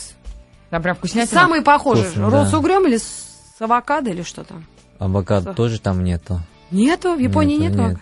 Speaker 2: Там прям вкуснятина.
Speaker 3: самые похожие.
Speaker 1: вкусно,
Speaker 3: Ролл
Speaker 1: да.
Speaker 3: с угрём или с авокадо или что там?
Speaker 1: Авокадо
Speaker 3: Что?
Speaker 1: тоже там нету.
Speaker 3: Нету, в Японии
Speaker 1: Нету,
Speaker 3: нету.
Speaker 1: Нет,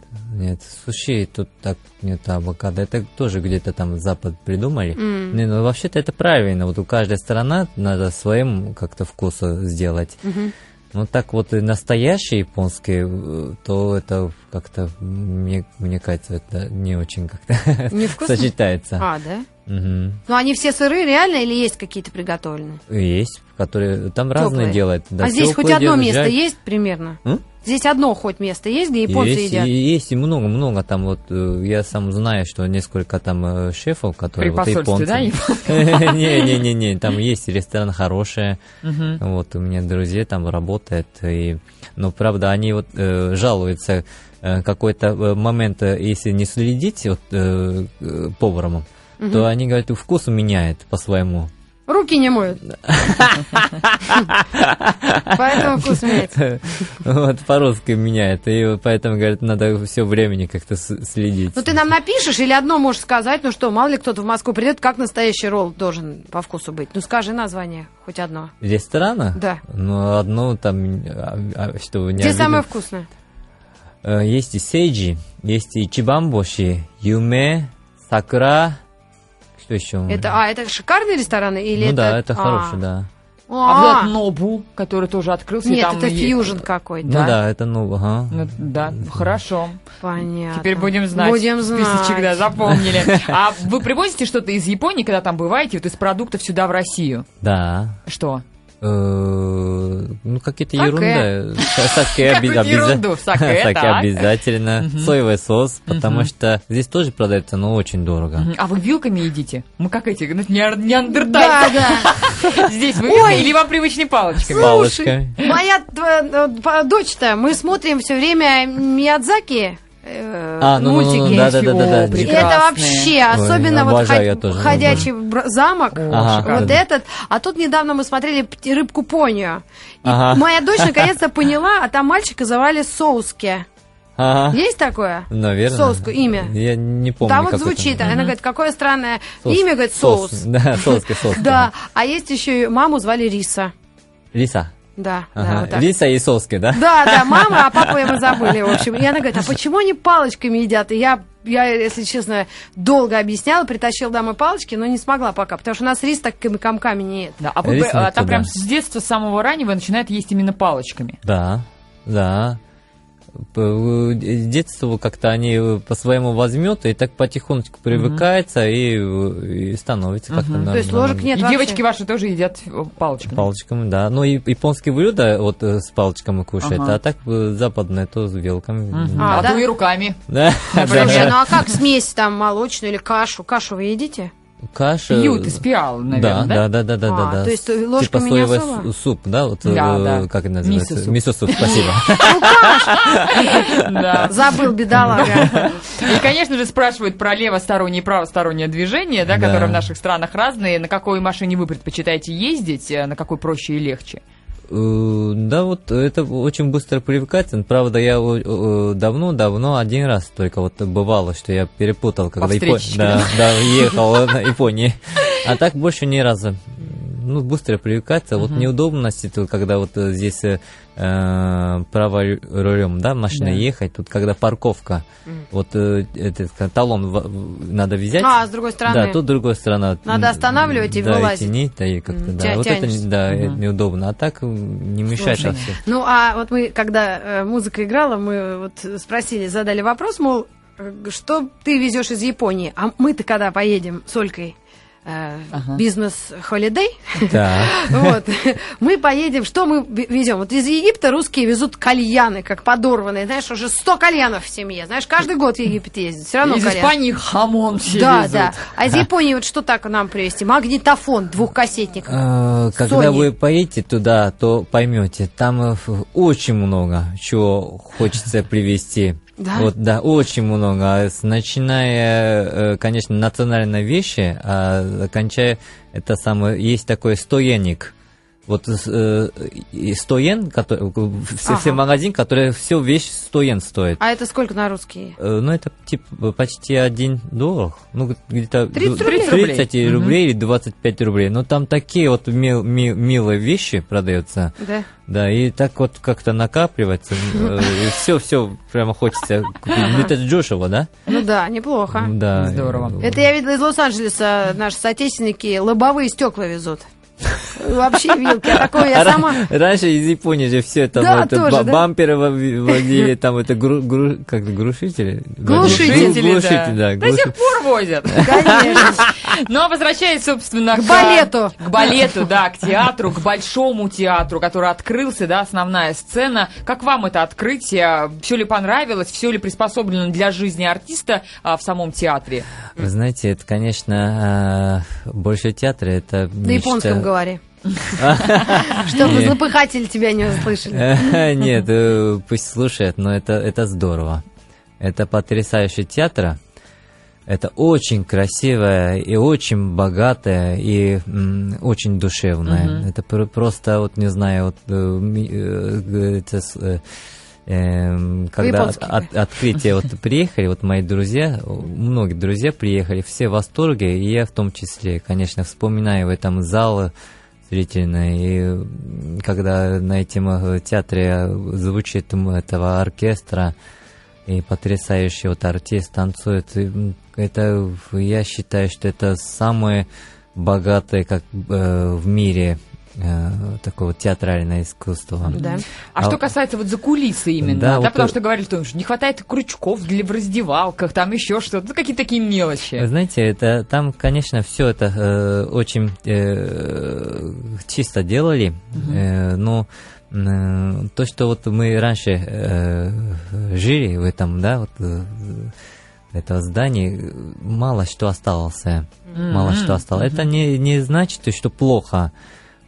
Speaker 1: нет. Суши тут так нету авокадо. Это тоже где-то там Запад придумали.
Speaker 3: М.
Speaker 1: Не, ну вообще-то это правильно. Вот у каждой страны надо своим как-то вкусу сделать.
Speaker 3: Мгм.
Speaker 1: Ну так вот и настоящие японские, э, то это как-то мне, мне кажется, это не очень как-то
Speaker 3: Невкусно?
Speaker 1: сочетается.
Speaker 3: А, да?
Speaker 1: Мгм.
Speaker 3: Ну они все сыры реально или есть какие-то приготовленные?
Speaker 1: Есть, которые там разные
Speaker 3: Тёплые.
Speaker 1: делают. да,
Speaker 3: а здесь хоть
Speaker 1: тёплые
Speaker 3: одно
Speaker 1: делают,
Speaker 3: место
Speaker 1: жарят.
Speaker 3: есть примерно?
Speaker 1: М?
Speaker 3: Здесь одно хоть место есть, где японцы
Speaker 1: есть,
Speaker 3: едят?
Speaker 1: и- Есть и много-много там вот, э, я сам знаю, что несколько там э, шефов,
Speaker 2: При
Speaker 1: которые вот
Speaker 2: посольстве,
Speaker 1: японцы.
Speaker 2: да? не-
Speaker 1: Не-не-не, там есть ресторан хороший,
Speaker 2: Мгм.
Speaker 1: вот у меня друзья там работают, и, но правда они вот э, жалуются э, какой-то э, момент, э, если не следить вот, э, э, поваром, то они говорят, вкус меняет по-своему.
Speaker 3: Руки не моют. Поэтому вкус меняется.
Speaker 1: Вот по-русски меняет, и поэтому, говорят, надо все времени как-то с- следить.
Speaker 3: Ну ты нам напишешь или одно можешь сказать, ну что, мало ли кто-то в Москву придет, как настоящий ролл должен по вкусу быть. Ну скажи название, хоть одно.
Speaker 1: Ресторана?
Speaker 3: Да.
Speaker 1: Ну, одно там, а, а, чтобы не
Speaker 3: Где
Speaker 1: обидеть.
Speaker 3: самое вкусное?
Speaker 1: Э, Есть и сейджи, есть и чибамбоши, юме, сакура, что еще?
Speaker 3: Это, а, это шикарные рестораны или
Speaker 1: ну
Speaker 3: это...
Speaker 1: да, это
Speaker 3: а.
Speaker 1: хороший, да.
Speaker 2: А вот
Speaker 3: А,
Speaker 2: этот Нобу, который тоже открылся. и
Speaker 3: Нет,
Speaker 2: там
Speaker 3: это
Speaker 2: и-
Speaker 3: фьюжн какой-то.
Speaker 1: Ну да, это ну, ага.
Speaker 2: Ну, Да, хорошо.
Speaker 3: Понятно.
Speaker 2: Теперь будем знать.
Speaker 3: Будем знать.
Speaker 2: Списочек, да, запомнили. А вы привозите что-то из Японии, когда там бываете, вот из продуктов сюда, в Россию?
Speaker 1: Да.
Speaker 2: Что?
Speaker 1: Э, Ну, какие-то
Speaker 3: Саке.
Speaker 1: ерунда. Са- Саке
Speaker 2: Какую-то
Speaker 1: обязательно.
Speaker 2: ерунду. Саке, так.
Speaker 1: обязательно.
Speaker 2: Мгм.
Speaker 1: Соевый сос, потому что здесь тоже продается, но очень дорого.
Speaker 2: Мгм. А вы вилками едите? Мы как эти, ну, не-
Speaker 3: Да,
Speaker 2: неандертальцы.
Speaker 3: да.
Speaker 2: Здесь вы вилками или вам привычные
Speaker 1: Ну,
Speaker 2: палочками?
Speaker 1: Палочкой.
Speaker 3: Моя тва- э, па- дочь-то, мы смотрим все время Миядзаки э,
Speaker 1: А, ну, ну, ну,
Speaker 3: мультики.
Speaker 1: да, да, да, да, да.
Speaker 2: О,
Speaker 3: И
Speaker 1: Прекрасные.
Speaker 3: Это
Speaker 2: прекрасные.
Speaker 3: вообще, особенно вот
Speaker 1: обожаю
Speaker 3: ход-
Speaker 1: я тоже,
Speaker 3: ходячий бр- замок,
Speaker 2: О,
Speaker 1: Ага,
Speaker 2: шикарно.
Speaker 3: вот
Speaker 1: да.
Speaker 3: этот. А тут недавно мы смотрели пти- рыбку понию. И
Speaker 1: Ага.
Speaker 3: моя дочь наконец-то поняла, а там мальчика звали Соуски.
Speaker 1: Ага.
Speaker 3: Есть такое?
Speaker 1: Наверное.
Speaker 3: Соуску, имя.
Speaker 1: Я не Ну, помню.
Speaker 3: Там вот
Speaker 1: как это
Speaker 3: звучит,
Speaker 1: называется.
Speaker 3: она говорит, какое странное
Speaker 1: Соус.
Speaker 3: имя, говорит, соус.
Speaker 1: Да, соуска, соуска.
Speaker 3: Да, а есть еще и маму звали Риса.
Speaker 1: Лиса.
Speaker 3: Да, да,
Speaker 1: Ага.
Speaker 3: вот так.
Speaker 1: Лиса и соуски, да?
Speaker 3: Да, да, мама, а папу мы забыли, в общем. И она говорит, а почему они палочками едят? И я, я, если честно, долго объясняла, притащила домой палочки, но не смогла пока, потому что у нас рис так ком- комками не ед.
Speaker 2: Да, а вы бы,
Speaker 1: Рисунок
Speaker 2: а, там
Speaker 1: туда.
Speaker 2: прям с детства, с самого раннего начинает есть именно палочками.
Speaker 1: Да, да. П- э, Детство как-то они э, по-своему возьмет и так потихонечку привыкается и, э, и становится как-то
Speaker 2: Мгм.
Speaker 1: нормально.
Speaker 3: То есть ложек нет
Speaker 2: И
Speaker 3: вообще.
Speaker 2: девочки ваши тоже едят э, палочками.
Speaker 1: Палочками, да. Ну и японские блюда вот э, с палочками кушают,
Speaker 2: Ага.
Speaker 1: а так э, западное то с вилками.
Speaker 2: Мгм.
Speaker 3: А,
Speaker 2: А,
Speaker 3: да?
Speaker 2: то и руками.
Speaker 1: Да.
Speaker 3: Слушай, ну а как смесь там молочную или кашу? Кашу вы едите?
Speaker 1: Каша.
Speaker 2: Пьют из пиал,
Speaker 1: Да,
Speaker 2: наверное, да?
Speaker 1: Э, да, да, да, да, да,
Speaker 3: А,
Speaker 1: да.
Speaker 3: то есть
Speaker 1: С-
Speaker 3: ложками
Speaker 1: типа
Speaker 3: не
Speaker 1: соевый
Speaker 3: особо?
Speaker 1: су- суп, да, вот
Speaker 2: Да,
Speaker 1: э,
Speaker 2: да.
Speaker 1: как это называется?
Speaker 2: Мисо-суп.
Speaker 1: Мисо-суп, спасибо.
Speaker 2: Да.
Speaker 3: Забыл, бедолага.
Speaker 2: И, конечно же, спрашивают про левостороннее и правостороннее движение, да,
Speaker 1: Да.
Speaker 2: которые в наших странах разные. На какой машине вы предпочитаете ездить, э, на какой проще и легче?
Speaker 1: Э, Да, вот это очень быстро привлекательно. Правда, я о- э, давно-давно один раз только вот бывало, что я перепутал, когда Япон-
Speaker 2: встречечке,
Speaker 1: да, да, ехал на Японии. А так больше ни разу. Ну, быстро привлекаться. Вот
Speaker 2: Мгм.
Speaker 1: неудобности, то, когда вот э, здесь э, э, право рю- рулем, да, машина
Speaker 2: Да.
Speaker 1: ехать, тут когда парковка,
Speaker 3: Мгм.
Speaker 1: вот э, этот как, талон в- в- надо взять.
Speaker 3: А, с другой
Speaker 1: Да,
Speaker 3: стороны.
Speaker 1: тут другая сторона.
Speaker 3: Надо останавливать и
Speaker 1: да,
Speaker 3: вылазить.
Speaker 1: И тянить, да, и как-то,
Speaker 3: Мгм,
Speaker 1: да.
Speaker 3: тя-
Speaker 1: вот это,
Speaker 3: тянешься.
Speaker 1: не- да, это
Speaker 2: Мгм.
Speaker 1: неудобно. А так м, не мешает
Speaker 2: Сложно.
Speaker 1: вообще.
Speaker 3: Ну, а вот мы, когда э, музыка играла, мы вот спросили, задали вопрос, мол, э, что ты везешь из Японии? А мы-то когда поедем с Олькой э,
Speaker 2: Ага.
Speaker 3: бизнес-холидей,
Speaker 1: Да.
Speaker 3: вот, мы поедем, что мы ве- везем? Вот из Египта русские везут кальяны, как подорванные, знаешь, уже 100 кальянов в семье, знаешь, каждый год в Египет ездит, все равно
Speaker 2: Из
Speaker 3: кальян.
Speaker 2: Испании хамон все
Speaker 3: ну, Да,
Speaker 2: везут.
Speaker 3: да. А из Японии вот что так нам привезти? Магнитофон двухкассетник.
Speaker 1: Э,
Speaker 3: Sony.
Speaker 1: Когда вы поедете туда, то поймете, там э, ф- очень много чего хочется привезти.
Speaker 3: Да?
Speaker 1: Вот, да, очень много. А с- Начиная, э, конечно, национальные вещи, а заканчивая, это самое, есть такой стоянник. Вот э, и 100 йен, который, все, все
Speaker 3: Ага.
Speaker 1: магазин, который все вещь 100 йен стоит.
Speaker 3: А это сколько на русские?
Speaker 1: Э, Ну, это типа почти 1 доллар. Ну, г- где-то
Speaker 3: 30
Speaker 1: ду-
Speaker 2: рублей.
Speaker 1: 30
Speaker 2: Мгм.
Speaker 1: рублей или 25 рублей. Но там такие вот мил- ми- милые вещи продаются.
Speaker 3: Да.
Speaker 1: Да, и так вот как-то накапливается. э, Все, все прямо хочется купить. Ну, это дешево, да?
Speaker 3: Ну да, неплохо.
Speaker 1: Да.
Speaker 2: Здорово.
Speaker 1: Э,
Speaker 3: Это я видела из Лос-Анджелеса. Наши соотечественники лобовые стекла везут. Вообще вилки. Я такое, я
Speaker 1: А Ра-
Speaker 3: сама...
Speaker 1: Раньше из Японии же все это,
Speaker 3: Да,
Speaker 1: вот,
Speaker 3: тоже,
Speaker 1: ба-
Speaker 3: да.
Speaker 1: бамперы во- водили, там это гру- гру- как грушители?
Speaker 3: Глушители,
Speaker 1: Гру- Глушители, да.
Speaker 2: До
Speaker 1: глуши-
Speaker 2: сих пор возят.
Speaker 3: Конечно.
Speaker 2: Но возвращаясь, собственно,
Speaker 3: К балету.
Speaker 2: К балету, да, к театру, к большому театру, который открылся, да, основная сцена. Как вам это открытие? Все ли понравилось? Все ли приспособлено для жизни артиста а, в самом театре?
Speaker 1: Вы знаете, это, конечно, а, больше театра, это...
Speaker 3: На
Speaker 2: Ну
Speaker 3: японском говори. Чтобы
Speaker 1: Нет.
Speaker 3: злопыхатели тебя не услышали.
Speaker 1: Нет, э, пусть слушает, но это, это здорово. Это потрясающий театр. Это очень красивое и очень богатое и м, очень душевное.
Speaker 2: Мгм.
Speaker 1: Это пр- просто, вот не знаю, вот э, ми- э, говорится, с- э, эм, когда
Speaker 3: По-японски.
Speaker 1: от- открытие вот приехали, вот мои друзья, многие друзья приехали, все в восторге, и я в том числе, конечно, вспоминаю в этом зал зрительный, и м, когда на этом э, театре звучит м, этого оркестра, и потрясающий вот артист танцует, и, м, это, э, я считаю, что это самое богатое, как э, в мире, э, такое вот театральное искусство.
Speaker 3: Да.
Speaker 2: А,
Speaker 1: А
Speaker 2: что
Speaker 1: вот-
Speaker 2: касается вот закулисы именно,
Speaker 1: Да,
Speaker 2: да,
Speaker 1: вот
Speaker 2: потому
Speaker 1: э-
Speaker 2: что говорили, что не хватает крючков для в раздевалках, там еще что-то, ну, какие-то такие
Speaker 1: Вы
Speaker 2: мелочи.
Speaker 1: знаете, это там, конечно, все это э, очень э, чисто делали, э, но м, э, то, что вот мы раньше э, жили в этом, да, вот э, этого здания, э, мало что осталось. Мало
Speaker 2: Мгм.
Speaker 1: что осталось. Это не, не значит, что плохо.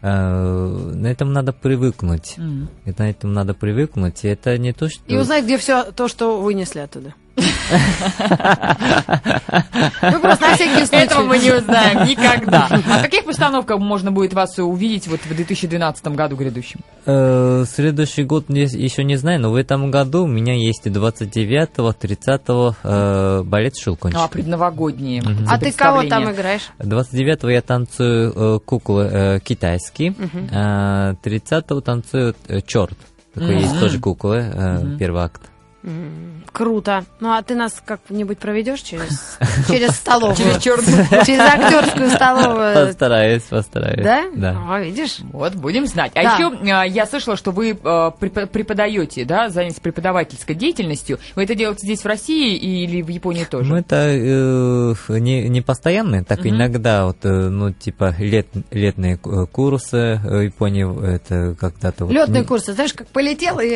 Speaker 1: Э, на этом надо привыкнуть.
Speaker 2: Мгм.
Speaker 1: Это на этом надо привыкнуть. И это не то, что...
Speaker 3: И узнать, где все то, что вынесли оттуда. Ну, просто на всякий случай. А
Speaker 2: Этого мы не узнаем никогда. А в каких постановках можно будет вас увидеть вот в 2012 году грядущем?
Speaker 1: Э, Следующий год не- еще не знаю, но в этом году у меня есть 29-го, 30-го э, балет «Шелкунчик».
Speaker 2: А, предновогодние.
Speaker 1: Мгм.
Speaker 3: А ты кого там играешь?
Speaker 1: 29-го я танцую э, куклы э, китайские, а 30-го танцую э, черт. Такой
Speaker 2: Мгм.
Speaker 1: есть тоже куклы, э,
Speaker 2: Мгм.
Speaker 1: первый акт.
Speaker 3: М, Круто. Ну, а ты нас как-нибудь проведешь через через столовую?
Speaker 2: Через черт.
Speaker 3: Через актерскую
Speaker 2: Э,
Speaker 3: столовую.
Speaker 1: Постараюсь, постараюсь.
Speaker 3: Да?
Speaker 1: Да.
Speaker 3: А, видишь?
Speaker 2: Вот, будем знать. А
Speaker 3: Да.
Speaker 2: еще а, я слышала, что вы э, препо- преподаете, да, занялись преподавательской деятельностью. Вы это делаете здесь, в России или в Японии тоже?
Speaker 1: Ну, это э, не, не постоянные, так
Speaker 2: Мгм.
Speaker 1: иногда, вот, э, ну, типа, лет, летные э, курсы э, в Японии, это когда-то... вот
Speaker 3: Летные
Speaker 1: не-
Speaker 3: курсы. Знаешь, как полетел и около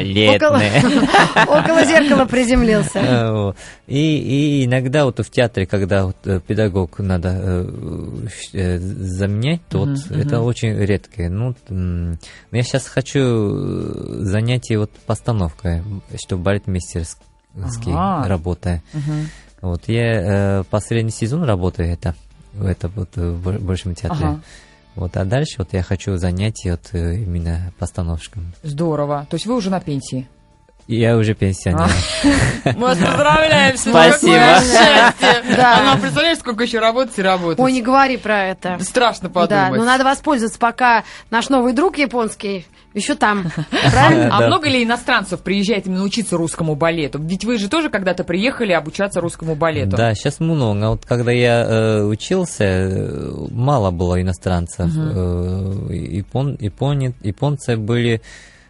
Speaker 1: Летные.
Speaker 3: около зеркала приземлился.
Speaker 1: Э, вот. И, и иногда вот в театре, когда вот, э, педагог надо э, э, заменять, то вот
Speaker 2: Мгм,
Speaker 1: это
Speaker 2: мгм.
Speaker 1: очень редкое. Ну, т- м, но я сейчас хочу э, занятие вот постановкой, чтобы балетмейстерский
Speaker 2: Ага.
Speaker 1: работая.
Speaker 2: Мгм.
Speaker 1: Вот я э, последний сезон работаю это, это вот э, в бо- большом театре.
Speaker 2: Ага.
Speaker 1: Вот, а дальше вот я хочу занятие вот э, именно постановщиком.
Speaker 2: Здорово. То есть вы уже на пенсии.
Speaker 1: И Я уже пенсионер.
Speaker 2: Мы вас поздравляем.
Speaker 1: Спасибо.
Speaker 2: Какое счастье.
Speaker 3: Да.
Speaker 2: Она, представляешь, сколько еще работать и работать.
Speaker 3: Ой, не говори про это.
Speaker 2: Страшно
Speaker 3: Да,
Speaker 2: подумать.
Speaker 3: но надо воспользоваться, пока наш новый друг японский еще там. Правильно?
Speaker 2: А
Speaker 1: Да.
Speaker 2: много ли иностранцев приезжает именно учиться русскому балету? Ведь вы же тоже когда-то приехали обучаться русскому балету.
Speaker 1: Да, сейчас много. А Вот когда я э, учился, э, мало было иностранцев. Э, япон- япони- японцы были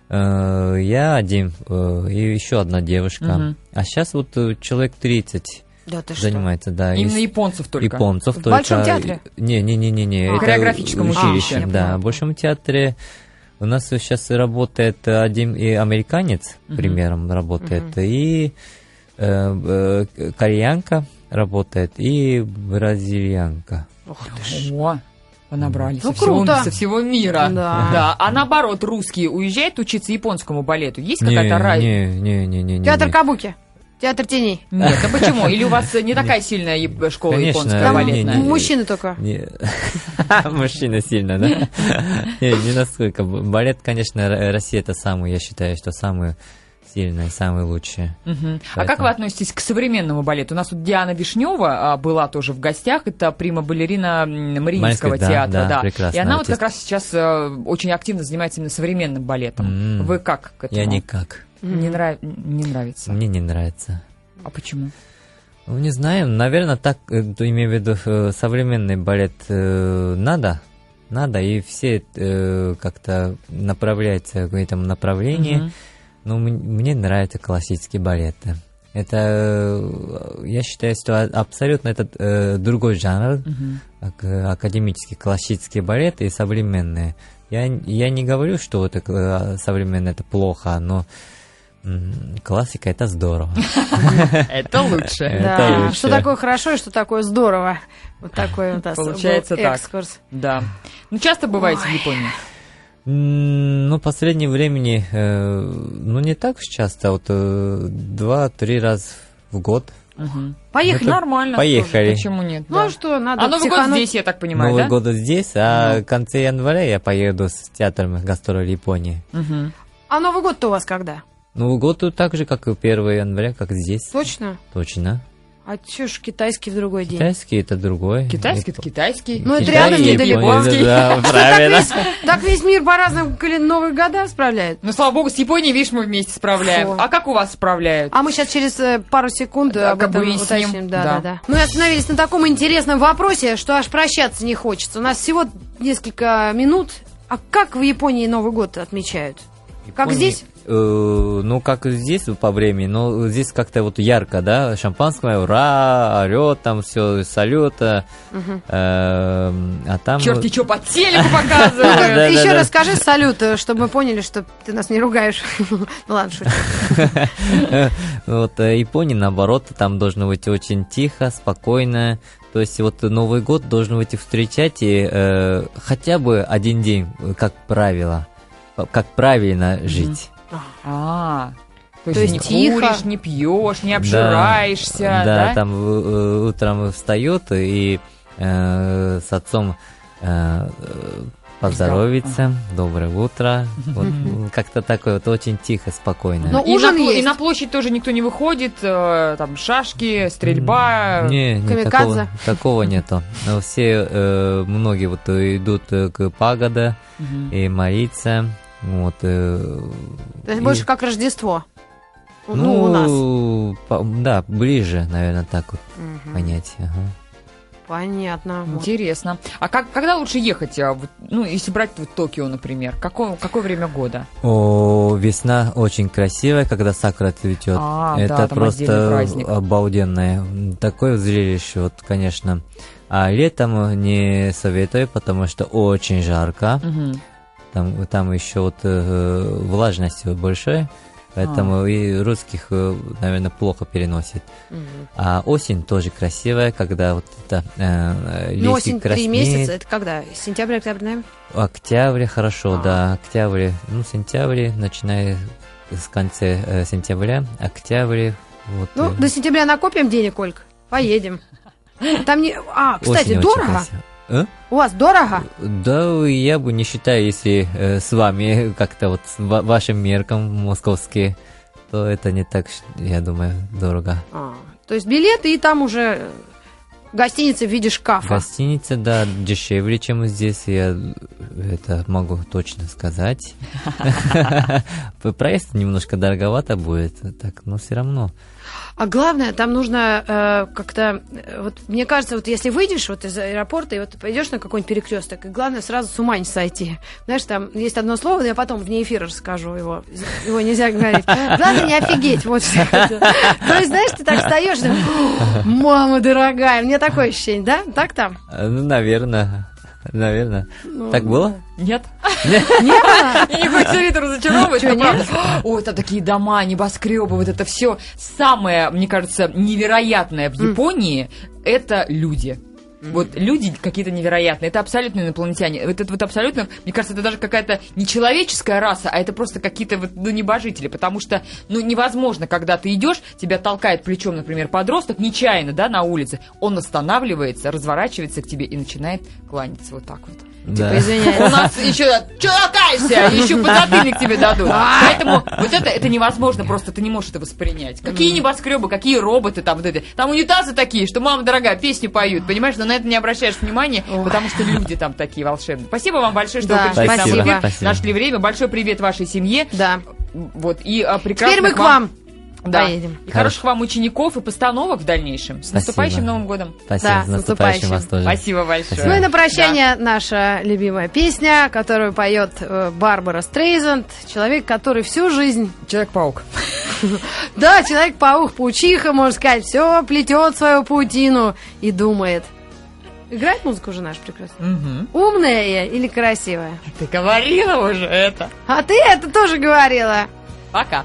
Speaker 1: э, я один э, и еще одна девушка.
Speaker 2: Мгм.
Speaker 1: А сейчас вот э, человек 30
Speaker 3: Да ты что?
Speaker 1: занимается, да.
Speaker 2: Именно
Speaker 1: из
Speaker 2: японцев только.
Speaker 1: Японцев
Speaker 3: В
Speaker 1: только.
Speaker 3: Большом театре?
Speaker 1: Не, не, не, не, не.
Speaker 3: А.
Speaker 1: это
Speaker 2: Хореографическом
Speaker 1: училище.
Speaker 3: училище.
Speaker 1: да,
Speaker 3: Я
Speaker 1: в Большом театре у нас сейчас работает один и американец,
Speaker 2: Мгм.
Speaker 1: примером работает, и э, э, кореянка работает, и бразильянка.
Speaker 3: Ух ты.
Speaker 2: О, понабрались.
Speaker 3: Ну,
Speaker 2: со, всего,
Speaker 3: круто.
Speaker 2: со всего мира.
Speaker 3: Да.
Speaker 2: А наоборот, русские уезжают учиться японскому балету? Есть
Speaker 1: Не,
Speaker 2: какая-то разница?
Speaker 1: не, не, не, не, не,
Speaker 3: Театр
Speaker 1: не.
Speaker 3: Кабуки. Театр теней.
Speaker 2: Нет, а почему? Или у вас не такая сильная яп- школа
Speaker 1: Конечно,
Speaker 2: японская
Speaker 1: Там
Speaker 2: балетная?
Speaker 1: Э, не, не.
Speaker 3: Мужчины только.
Speaker 1: Не. Мужчина сильно, да? Не, не настолько. Балет, конечно, Р- Россия это самый, я считаю, что самый сильный, самый лучший.
Speaker 2: Мгм. А
Speaker 1: Поэтому-
Speaker 2: как вы относитесь к современному балету? У нас тут Диана Вишнева а, была тоже в гостях, это прима-балерина м, Мариинского
Speaker 1: Мариинской, да,
Speaker 2: театра.
Speaker 1: да, прекрасная
Speaker 2: И она вот
Speaker 1: артистка.
Speaker 2: как раз сейчас э, очень активно занимается именно современным балетом.
Speaker 1: М.
Speaker 2: Вы как к этому?
Speaker 1: Я никак.
Speaker 2: Не, нрав- не нравится.
Speaker 1: Мне не нравится.
Speaker 2: А почему?
Speaker 1: Ну, не знаю, наверное, так, э, то имею в виду, э, современный балет э, надо, надо, и все э, как-то направляются в этом направлении.
Speaker 2: Мгм.
Speaker 1: Ну, м- мне нравятся классические балеты. Это, э, я считаю, что а- абсолютно это э, другой жанр,
Speaker 2: Мгм.
Speaker 1: ак- э, академические классические балеты и современные. Я, н- я не говорю, что вот это, э, современное это плохо, но м, классика это здорово.
Speaker 2: Это лучше.
Speaker 1: Это
Speaker 3: Да,
Speaker 1: лучше.
Speaker 3: что такое хорошо и что такое здорово. Вот такой вот ос-
Speaker 2: Получается
Speaker 3: был
Speaker 2: так.
Speaker 3: экскурс.
Speaker 2: Да. Ну, часто бывает в Японии.
Speaker 1: М, Ну, в последнее времени, э, ну, не так уж часто, вот э, два-три раза в год.
Speaker 2: Мгм.
Speaker 3: Поехали.
Speaker 1: Это-
Speaker 2: Нормально.
Speaker 1: Поехали.
Speaker 2: тоже, Почему нет?
Speaker 3: Ну
Speaker 2: да.
Speaker 3: а что, надо
Speaker 2: А Новый год
Speaker 3: психануть.
Speaker 2: здесь, я так понимаю,
Speaker 1: Новый
Speaker 2: да?
Speaker 1: год здесь,
Speaker 3: Ну.
Speaker 1: а в конце января я поеду с театром гастроль Японии.
Speaker 2: Мгм.
Speaker 3: А Новый год-то у вас когда?
Speaker 1: Новый год тут так же, как и 1 января, как здесь.
Speaker 3: Точно?
Speaker 1: Точно.
Speaker 3: А че ж китайский в другой день?
Speaker 1: Китайский это другой.
Speaker 2: Китайский, это китайский.
Speaker 3: Ну, это
Speaker 1: Китай
Speaker 3: реально
Speaker 1: и
Speaker 3: недалеко.
Speaker 1: Япония, Да, правильно.
Speaker 3: Так весь мир по разным кален- Новые года справляет.
Speaker 2: Ну, слава богу, с Японией, видишь, мы вместе справляем.
Speaker 3: Фу.
Speaker 2: А как у вас справляют?
Speaker 3: А мы сейчас через э, пару секунд э,
Speaker 2: Да,
Speaker 3: об
Speaker 2: как
Speaker 3: этом
Speaker 2: бы и с ним,
Speaker 3: уточним. Да,
Speaker 2: да.
Speaker 3: да, да. Мы остановились на таком интересном вопросе, что аж прощаться не хочется. У нас всего несколько минут. А как в Японии Новый год отмечают? Как
Speaker 1: Японии,
Speaker 3: здесь?
Speaker 1: э, ну, как и здесь по времени, но здесь как-то вот ярко, да, шампанское, ура, орет, там все, салют, э,
Speaker 3: Мгм.
Speaker 1: эм, а там...
Speaker 2: Черт,
Speaker 1: вот-
Speaker 2: ты что, по телеку
Speaker 3: Ну,
Speaker 2: показывают?
Speaker 1: Да, да,
Speaker 3: Ты еще
Speaker 1: да.
Speaker 3: расскажи салют, э, чтобы мы поняли, что ты нас не ругаешь. Ну ладно, шучу.
Speaker 1: Вот э, Япония, наоборот, там должно быть очень тихо, спокойно. То есть вот Новый год должен быть и встречать и, э, хотя бы один день, э, как правило, э, как правильно жить.
Speaker 2: А, то
Speaker 3: То
Speaker 2: есть не
Speaker 3: есть тихо.
Speaker 2: куришь, не пьешь, не обжираешься, да?
Speaker 1: там э, утром встает и э, с отцом э, э, поздоровится, доброе утро. Вот, м, как-то такое вот очень тихо, спокойно.
Speaker 3: Ну,
Speaker 2: И на
Speaker 3: ужин
Speaker 2: пл- И
Speaker 3: есть.
Speaker 2: на площадь тоже никто не выходит, э, там шашки, стрельба.
Speaker 1: Не, не,
Speaker 3: камикадзе.
Speaker 1: такого, такого нету. Но все, э, многие вот э, идут э, к пагода
Speaker 2: Мгм.
Speaker 1: и молиться. Вот, э,
Speaker 3: То есть
Speaker 1: и-
Speaker 3: больше как Рождество. Ну, у нас.
Speaker 1: по- да, ближе, наверное, так вот
Speaker 3: Мгм.
Speaker 1: понять. ага.
Speaker 3: Понятно. Вот.
Speaker 2: Интересно. А как, когда лучше ехать? а, вот, Ну, если брать вот Токио, например, какое, какое время года?
Speaker 1: О, весна очень красивая, когда сакра цветет.
Speaker 2: А,
Speaker 1: Это
Speaker 2: да, там отдельный
Speaker 1: просто
Speaker 2: праздник.
Speaker 1: обалденное. М, Такое зрелище, вот, конечно. А летом не советую, потому что очень жарко.
Speaker 2: Мгм.
Speaker 1: Там, там еще вот э, влажность большая, поэтому
Speaker 3: А.
Speaker 1: и русских, наверное, плохо переносит.
Speaker 3: Мгм.
Speaker 1: А осень тоже красивая, когда вот это э, э,
Speaker 3: Ну,
Speaker 1: листья
Speaker 3: осень три
Speaker 1: краснеют.
Speaker 3: месяца. Это когда? Сентябрь, октябрь, наверное?
Speaker 1: Октябрь хорошо,
Speaker 3: А.
Speaker 1: да, октябрь, ну сентябрь, начиная с конца э, сентября, октябрь, вот.
Speaker 3: Ну,
Speaker 1: э,
Speaker 3: до сентября накопим денег, Ольга. Поедем. Там не... А, кстати,
Speaker 1: осень очень
Speaker 3: дорого?
Speaker 1: красиво.
Speaker 3: У вас дорого?
Speaker 1: Да, я бы не считаю, если э, с вами как-то вот с ва- вашим меркам московские, то это не так, ш- я думаю, дорого.
Speaker 3: А, то есть билеты и там уже э, гостиница в виде шкафа.
Speaker 1: Гостиница, да, дешевле, чем здесь, я это могу точно сказать. Проезд немножко дороговато будет, так, но все равно.
Speaker 3: А главное, там нужно э, как-то... э, Вот мне кажется, вот если выйдешь вот из аэропорта и вот пойдешь на какой-нибудь перекресток, и главное сразу с ума не сойти. Знаешь, там есть одно слово, но я потом вне эфира расскажу его. Его нельзя говорить. Главное не офигеть, вот что я хотела. То есть, знаешь, ты так встаешь, и думаешь, мама дорогая, у меня такое ощущение, да? Так там?
Speaker 1: Э, Ну, наверное. Наверное.
Speaker 3: Ну,
Speaker 1: Так было?
Speaker 2: Нет?
Speaker 3: Не было?
Speaker 2: Я не хочу это разочаровывать,
Speaker 3: Чё,
Speaker 2: но правда. Ой, там такие дома, небоскребы, вот это все. Самое, мне кажется, невероятное в Японии – это люди. Вот люди какие-то невероятные. Это абсолютно инопланетяне. Вот Это вот абсолютно, мне кажется, это даже какая-то не человеческая раса, а это просто какие-то вот, ну, небожители. Потому что, ну, невозможно, когда ты идешь, тебя толкает плечом, например, подросток, нечаянно, да, на улице. Он останавливается, разворачивается к тебе и начинает кланяться вот так вот.
Speaker 1: Да.
Speaker 3: Типа, извиняюсь.
Speaker 2: У нас еще че толкаешься, еще подзатыльник тебе дадут. Поэтому вот это, это невозможно, просто ты не можешь это воспринять. Какие небоскребы, какие роботы там вот эти. Там унитазы такие, что мама дорогая, песню поют, понимаешь, но на это не обращаешь внимания,
Speaker 3: Ой.
Speaker 2: потому что люди там такие волшебные. Спасибо вам большое, что
Speaker 3: Да,
Speaker 2: вы пришли к нам в
Speaker 1: спасибо.
Speaker 2: эфир,
Speaker 1: Спасибо.
Speaker 2: нашли время. Большой привет вашей семье.
Speaker 3: Да.
Speaker 2: Вот, и а, прекрасных
Speaker 3: Теперь мы к вам.
Speaker 2: Да.
Speaker 3: Поедем.
Speaker 2: И хороших вам учеников и постановок в дальнейшем. С
Speaker 1: Спасибо.
Speaker 2: наступающим Новым годом.
Speaker 1: Спасибо,
Speaker 3: Да,
Speaker 1: с наступающим вас
Speaker 3: наступающим.
Speaker 1: тоже.
Speaker 2: Спасибо большое.
Speaker 1: Спасибо.
Speaker 3: Ну и на прощание наша любимая песня, которую поет э, Барбара Стрейзанд, человек, который всю жизнь,
Speaker 2: Человек-паук.
Speaker 3: да, человек-паук, паучиха, можно сказать, все плетет свою паутину и думает. Играет музыку уже наша прекрасно.
Speaker 2: Мгм.
Speaker 3: Умная я или красивая?
Speaker 2: Ты говорила уже это.
Speaker 3: А ты это тоже говорила.
Speaker 2: Пока.